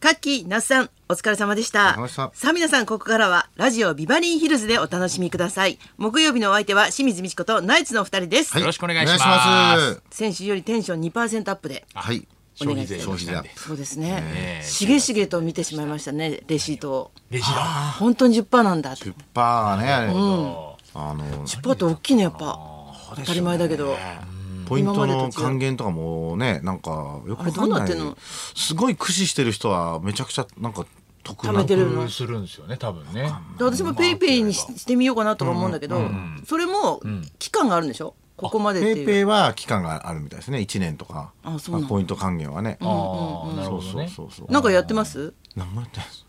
柿那須さんお疲れ様でしたお疲れ様でしたさあ皆さんここからはラジオビバリンヒルズでお楽しみください木曜日のお相手は清水美智子とナイツのお二人です、はいよろしくお願いしますお願いし先週よりテンション2%アップではい。消費税の時点でそうですねえしげしげと見てしまいましたねレシートをレジだ本当に10%なんだって10%がね、あれそあの、 10%って大きいねやっぱ当たり前だけどポイント今まのでと違う還元とかもね、なんか、よくあれわどかうんななっいてんのすごい駆使してる人は、めちゃくちゃ、なんか、得貯なめてるうのするんですよね多分ねで私もペイペイにししてみようかなとか思うんだけど、それも期間があるんでしょここまでってペいイうペイは期間があるみたいですね。1年とか。あそうなんだポイント還元はね。ああなるそほうどそうねそうそう。なんかやってますなんもやってないです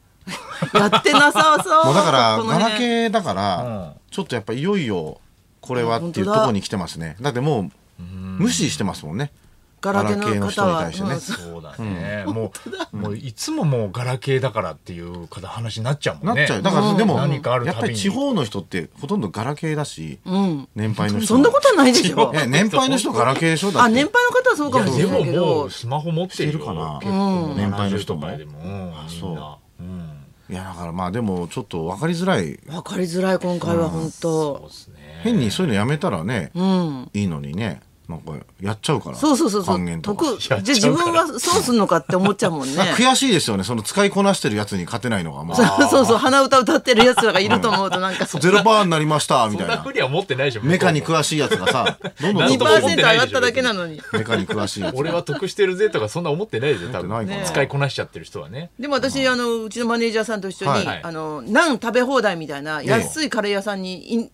やってなさそうもうだから、 このガラ辺ケーだかうんら、ちょっとやっぱいよいよ、これはっていう本当とだこに来てますね。だってもう、無視してますもんね。ガラケーガラケーの方の人には対してねうんそうそうだねもうもういつももうガラケーだからっていう方話になっちゃうもなんっねちゃう。だから、でも、何かあるやったぱびりに地方の人って、ほとんどガラケーだし、うん年配の人。そんなことないでしょえ年配の人ガラケーでしょだっあて年配の方はそうかもしいれやなでいもけもどうスマホ持ってしるよてるかな結構うん年配の人も70とかでもうんみんなそうんいやだからまあでもちょっと分かりづらいわかりづらい今回は本そう当ですね変にそういうのやめたらね、うんいいのにねなんかやっちゃうからそうそうそうそう還元とか得じゃやあっちゃう自分は損すんのかって思っちゃうもんね 悔しいですよねその使いこなしてるやつに勝てないのがもう そうそうそう鼻歌歌ってるやつらがいると思うとなんかゼロパーになりましたみたいそんななふうには思ってないでしょメカに向こ詳しいやつがさどんどんどん2%どとんも思上ってないがっただけなのにメカに詳しいやうつも俺は得してるぜとかそんな思ってないでしょ多思っ分てないかな使いこなしちゃってる人はねでも私あのうちのマネージャーさんと一緒に、はいあのナン食べ放題みたいなえ安いカレー屋さんにイン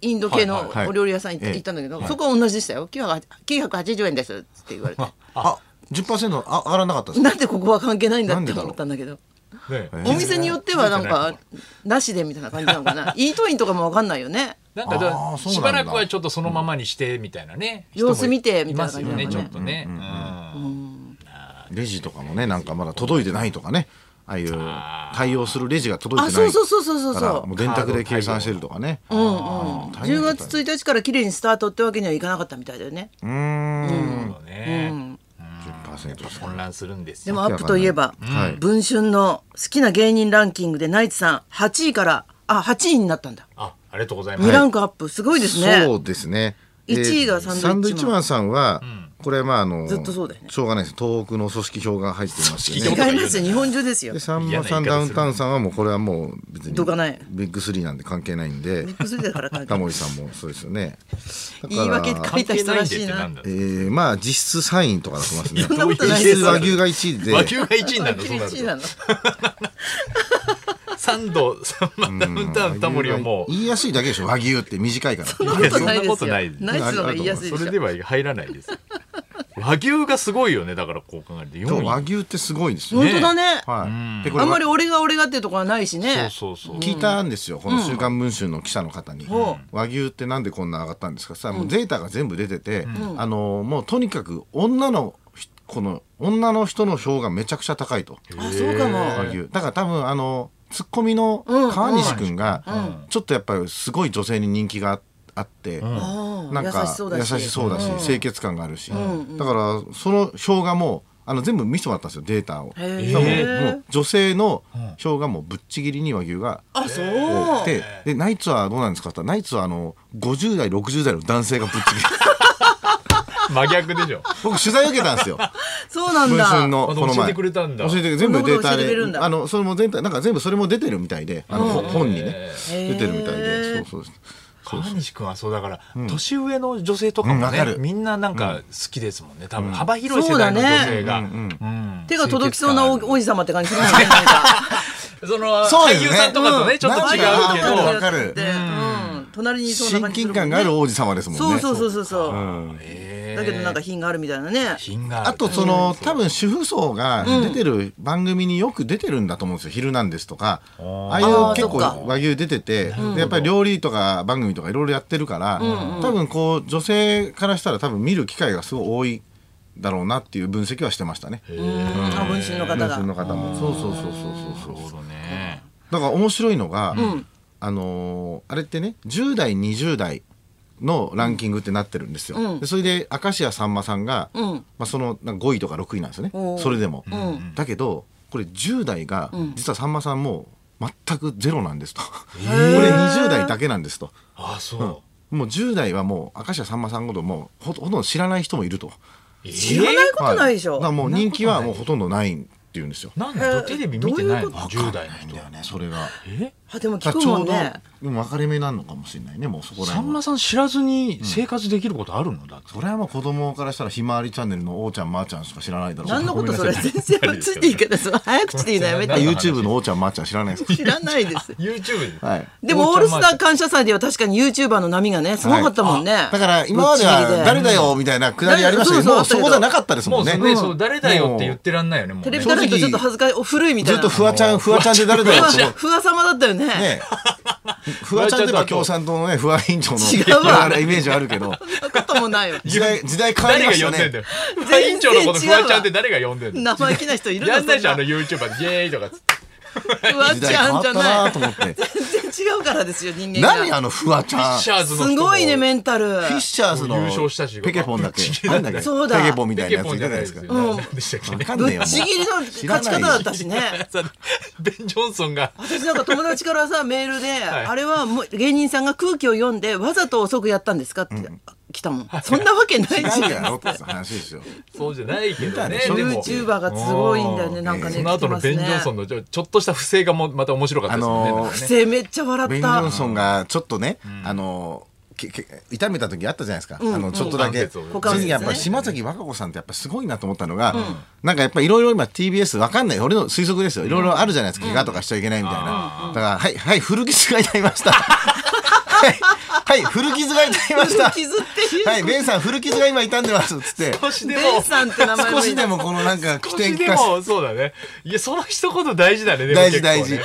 インド系はいのはいはいお料理屋さん行っええ行ったんだけど、はいそこは同じでしたよ980円ですって言われてあ10%あ上がらなかったですなんでここは関係ないんだなっんてでだろう思ったんだけどねえお店によってはなんかなしでみたいな感じなのかなイートインとかもわかんないよねなんかだあーそうしなんばだらくはちょっとそのままにしてみたいなね、様子見てみたいな人感もじいなのますよねちょかっとね、うんレジとかもねなんかまだ届いてないとかねああいう対応するレジが届いあてなそういそうそうそうそうかそらもうう電卓で計算してるとかねうんうん10月1日から綺麗にスタートってわけにはいかなかったみたいだよねうーんそうだね、 10%です混乱するんですでよもアップといえば、はい文春の好きな芸人ランキングでナイツさん8位からあ8位になったんだ。あありがとうございます、 2ランクアップすごいですね。そうですね。一位がえーサンドウィッチマンマンさんは、これまああのずっとそうだよねしょうがないです。東北の組織票が入っています組よ織ね。票違 いますよ日本中ですよで。さんまさん嫌ダな言い方するウンタウンさんはもうこれはもう別にどかないビッグスリーなんで関係ないんでミックスだから関係タモリさんもそうですよね。だから言い訳書いた人らしいな。関係んでってえー、まあ実質三位とかだと思いますね。そんなことない実で質す。和牛が一位でなんだ和牛が1位になるのあそうなる厳しいなのとサンドサンマダウンタウンタモリはもう言いやすいだけでしょ和牛って短いから。そんなことないやいそんなでこすとよ。なナいイですツの方が言いやすいそでしれょで。は入らないですよ和牛がすごいよねだからこう考えるとでも和4位牛ってすごいですよ本ね。当だね。はい。でこあれんまり俺が俺がっていうところはないしね。そうそうそう聞いたんですよ、この「週刊文春」の記者の方に、ほ和牛ってなんでこんな上がったんですかさもうデータが全部出てて、あのもうとにかく女のこの女の人の票がめちゃくちゃ高いとあそうかも。和牛だから多分あのツッコミのうん川西君が、ちょっとやっぱりすごい女性に人気があって。あなんあか優しそうだ優し。しそうだし、清潔感があるし、だからその票がもうあの全部見せてもらったんですよデータを、へしかもえもう女性の票がもうぶっちぎりに和牛があそう。多くてでナイツはどうなんですかって言ったらナイツはあの50代60代の男性がぶっちぎり真逆でしょ僕取材受けたんですよそうなん文春だ。のあこでの前教えてくれたんだ教えてくれ全部データそんなこと教えてくれるんでだあのそれも全体なんか全部それも出てるみたいであのほ本にねへー出てるみたいでそうそうです川西君はそうだから、年上の女性とかうんもわね、かるみんななんか好きですもんね多分幅広い世代そのうだね女性が、うん手が届きそうな清お潔感あ王子様って感じするもんねなんか。 るそのそうで俳すね優さんとかとね、ちょっと違なうんけかどわかるうん、隣にいそうな親感じす近るもんね感がある王子様ですもんそうねそうそうそうそう。うんえーだけどなんか品があるみたいなね。品があるあとその多分主婦層が出てる番組によく出てるんだと思うんですよ「昼なんです」とかああいあーう結構そっか和牛出ててでやっぱり料理とか番組とかいろいろやってるから多分こう女性からしたら多分見る機会がすごい多いだろうなっていう分析はしてましたねあ、分身の方女が性。の方もそうそうそうそうそうなそるうほどねだから面白いのがあのーあれってね10代20代のランキングってなってるんですよ、うんでそれで明石家さんまさんが、うんまあ、そのなんか5位とか6位なんですよねおーそれでも、だけどこれ10代がん実はさんまさんもう全くゼロなんですと、えこれー20代だけなんですと。ああそうもう10代はもう明石家さんまさんこともうほとほとんど知らない人もいるとえー知らないことないでしはょだからもう人気はもうほとんどないって言うんですよなんだテレビ見てないのど10代のないん人だよねそれがえあでも聞だからくちもょんうど、ねでも分かれ目なのかもしれないねもうそこらさん辺まはさん知らずに生活できることあるのだってそれはもう子供からしたら「ひまわりチャンネル」の「おーちゃんまーちゃん」しか知らないだろう何のことそれごめんなさい全然ついていいからその早口で言うのやめ何ての あ YouTube の「おーちゃんまーちゃん」知らないです知らないです YouTube で はい でも「オールスター感謝祭」では確かに YouTuber の波がねすごかったもんね、だから今までぶっちぎりはで誰だよみたいなくだりありましたけど誰だもうそこじゃなかったですももうんねねそう誰だよって言ってらんないよねもテうレビねだとちょっと恥ずかしいお古いみたいずなっとフワちゃんフワちゃんで誰 だよっふてわふわ様だったよねねえフワちゃんといえば共産党のねフワ委員長の違うわ我々イメージはあるけそんどなこともないよ時代時代変わり誰まがした呼んでんだねよ全委然員長のことフワちゃんって誰が呼んでんだよ生意気な人いるのやんないじゃんあそのん YouTuber でイエーイとかつってなフワちゃんじ時代変わったゃなないと思って全然違うからですよ人間が何あのフワちゃんシフャィーズの人すもごいねメンタルッシャーズの優勝したしペケポンだっけうんなんだっけそうだペケポンみたペいなやケつポンいじたじゃゃなないでいですかすよ、うん何でしたっけわね かんぶねえよっちぎりの知勝らちない方よだったしねさベン・ジョンソンが私なんか友達からさメールで、いあれはもう芸人さんが空気を読んでわざと遅くやったんですかって来たもん、そんなわけないじゃん知らんやろって話ですよそうじゃないけどね見たねでも YouTuber がすごいんだよねうなんかねその後のベン・ジョンソンのちょちょっとした不正がもまた面白かったですよね,、あのーなんかね不正めっちゃ笑ベっン・ジョンたソンがちょっとねあのけけ痛めた時あったじゃないですか、あのちょっとだけ、うんその股関節時ねやっぱ島崎和歌子さんってやっぱすごいなと思ったのが、なんかやっぱいろいろ今 TBS わかんない俺の推測ですよいろいろあるじゃないですか、怪我とかしちゃいけないみたいな、だから「はいはい古傷が痛いました」はい「はい古傷が痛いました」傷っていう、はい、ベンさん、古傷が今痛ん でますっつって、少しでもベンさんって名前少しでももこのなんか起少点し聞でかせもそうだねいやその一言大事だねでも大事結構ね大事。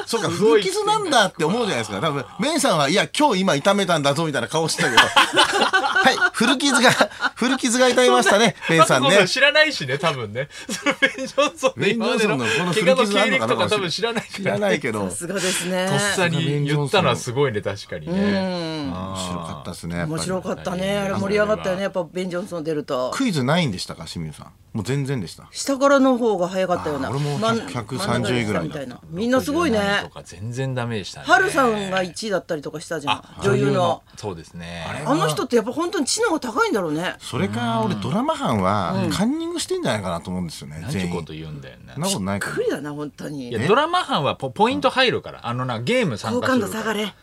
あ、そうか、すご古い傷なんだって思うじゃないですか。多分、ベンさんは、いや、今日今痛めたんだぞみたいな顔してたけど、はい、古傷が、古傷が痛いました ね、ベンさんマツコね。知らないしね多分ねそのベン・ジョンソンのベン・ジョ今まンでソのンの怪この古我の傷があ経るのか歴どとうかかは知ら多な分い知らない知からないけど、さ面すがですねとっさに言ったのはすごいね確かにね白かったですね。やっぱり面白かったねあれ盛り上がったよねやっぱベン・ジョンソン出るとクイズないんでしたか、清水さん。もう全然でした。下からの方が早かったようなあー俺も真ん130真ん中に来たみたいぐらいなだったみんなすごいね69とか全然ダメでしたねハルさんが1位だったりとかしたじゃん女優のそうですねあれあの人ってやっぱ本当に知能が高いんだろうねそれから、俺、ドラマ班は、カンニングしてんじゃないかなと思うんですよね、何て全こ員と。言うんだよねそんなことないけど不利だな本当にいやドラマ班はポポイント入るから、あのなゲーム参好加す感度る下がれ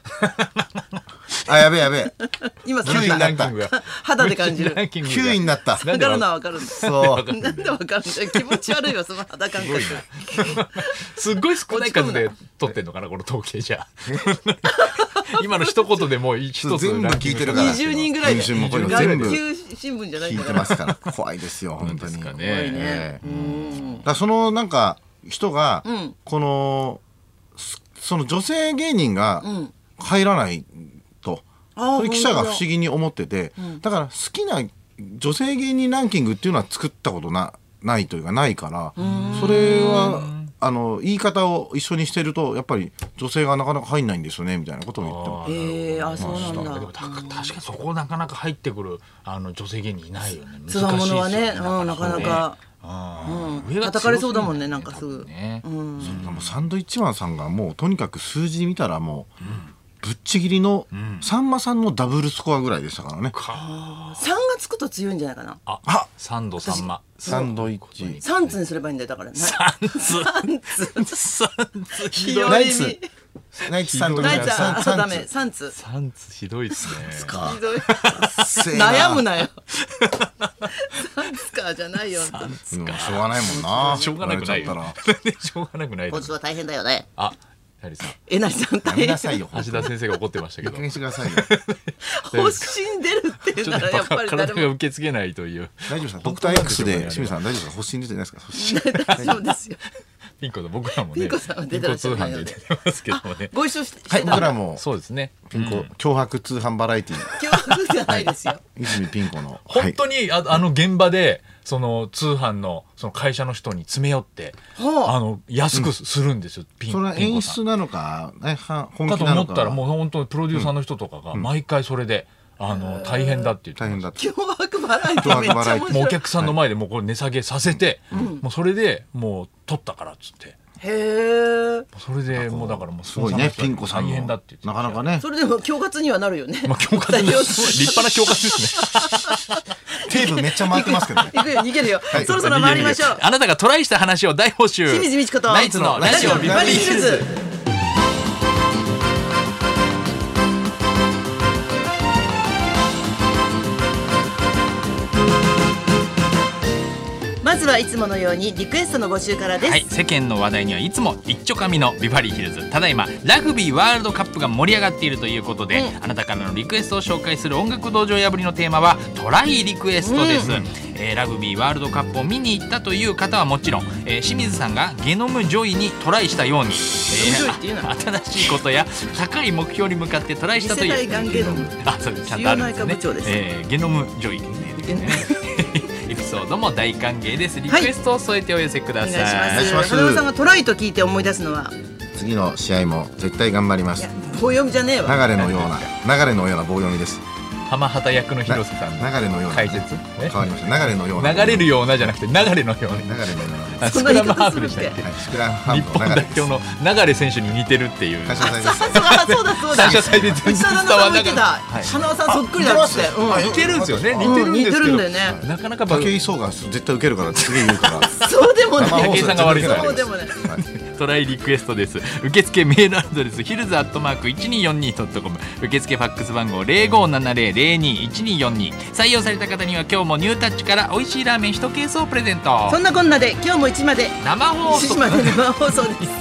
あ、やべえやべえ。今九位下にな がっった肌で感じ る9位にななった。下がるのは分かるんだそう。なんでわかんない気持ち悪いわその肌感覚すっごい少ない数で取ってんのかなこの統計じゃ 今の一言でもう一つ全部聞いてるから。 20人ぐらいで文春もこういうの全学部聞級新聞じゃないんいだてかまらすから。怖いですよ、本当に。ですかねえいねえだからそのなんか人がうん、この、すその女性芸人がん入らないと。あーそれ記者が本不当だ思議に思ってて、だから好きな女性芸人ランキングっていうのは作ったことなないというかないからそれはあの言い方を一緒にしてるとやっぱり女性がなかなか入んないんですよねみたいなことを言ってますええあそうなんだでもた確かにそこなかなか入ってくるあの女性芸人いないよね難しいつわものはねですようんなかなかうんうん叩かれそうだもんねなんかすぐねうんそんなもうサンドイッチマンさんがもうとにかく数字見たらもうぶっちぎりの、さんまさんのダブルスコアぐらいでしたからね3がつくと強いんじゃないかなあサンドさんまサンドイッチ3つにすればいいんだよだからねサンズ3つサンズひ日ど和い見ナイツナイツさんと大ちゃんあダサンメツ3つサンズひどいですねかひどいせー悩むなよ3つかじゃないようんしょうがないもんなしょうがなくない言よわれちゃっしょうがなくないこいつは大変だよねあやはりさんえなりさんたら大やめ変なさいよ橋田先生が怒ってましたけ いいど加減にしてくださいよ発疹出るって言うちょなっらとややっっぱぱり体誰がも受け付けないという大丈夫ですかドクター X で清水さん大丈夫ですか発疹出てないですか発疹大丈夫ですよピンコの僕らもねピンコさんは出てらっしゃるピンコ通販で出てますけどもねご一緒してはい僕らももそうですねピンコ脅迫通販バラエティー脅迫じゃないですよ泉ピンコの本当ににああの現場でその通販のその会社の人に詰め寄ってほうあの安くするんですよピンそれはピ演ンコさん出なのかねは本か気とな思のっかたらもう本当にプロデューサーの人とかが毎回それであの大変だって言って大変だった脅迫バラエティめっちゃ面もうお白い客さんの前でもうこれ値下げさせて、もうそれでもう取ったからっつってへえそれでもうだからもうすごいねピン子コさん大変のだって言ってなかなかねそれでも恐喝にはなるよねまあ恐喝です立派な恐喝ですねテープめっちゃ回ってますけどね行くよ逃げるよ、いそろそろ回りましょうあなたがトライした話を大募集清水ミチコとナイツのラジオビバリーヒルズまずはいつものようにリクエストの募集からです、はい、世間の話題にはいつも一丁紙のビバリーヒルズただいまラグビーワールドカップが盛り上がっているということで、うんあなたからのリクエストを紹介する音楽道場破りのテーマはトライリクエストです、えーラグビーワールドカップを見に行ったという方はもちろん、えー清水さんがゲノムジョイにトライしたように、えゲノムジョイっていうのー新しいことや高い目標に向かってトライしたという二世代がんゲノムあそうちゃんとあるんですね腫瘍内科部長ですえーゲノムジョイですねエピソードも大歓迎ですリクエストを添えてお寄せくだお願いさしい、まお願いすします花輪さんがトライと聞いて思い出すのは次の試合も絶対頑張りまいすや棒読みじゃねえ流われのような流れのような棒読みです浜畑役の広瀬さんなの流れのような解説え変わりました流れのような流れるようなじゃなくて流れのよう流れのようなそスんな言クいラム方ハーするフでっしてなはいスたよクラムハ日ーフの本流代れ表の流選手に似てるっていう感謝祭であすそうそうあそうだそうだ三者祭で全内田然アナ伝わさんらも言ってなかたっ花輪さんそっくりだっつって似てうますんた似てるんですよねうん似てるんですけうん似てるんどだよねなかなかバ武ケ井壮が絶対受けるから次言うからそうでもな生い放送武井さんが悪いんだそうでもないはいトライリクエストです受付メールアドレスヒルズアットマーク 1242.com 受付ファックス番号0570021242採用された方には今日もニュータッチから美味しいラーメン1ケースをプレゼントそんなこんなで今日も1まで生1放送時まで生放送です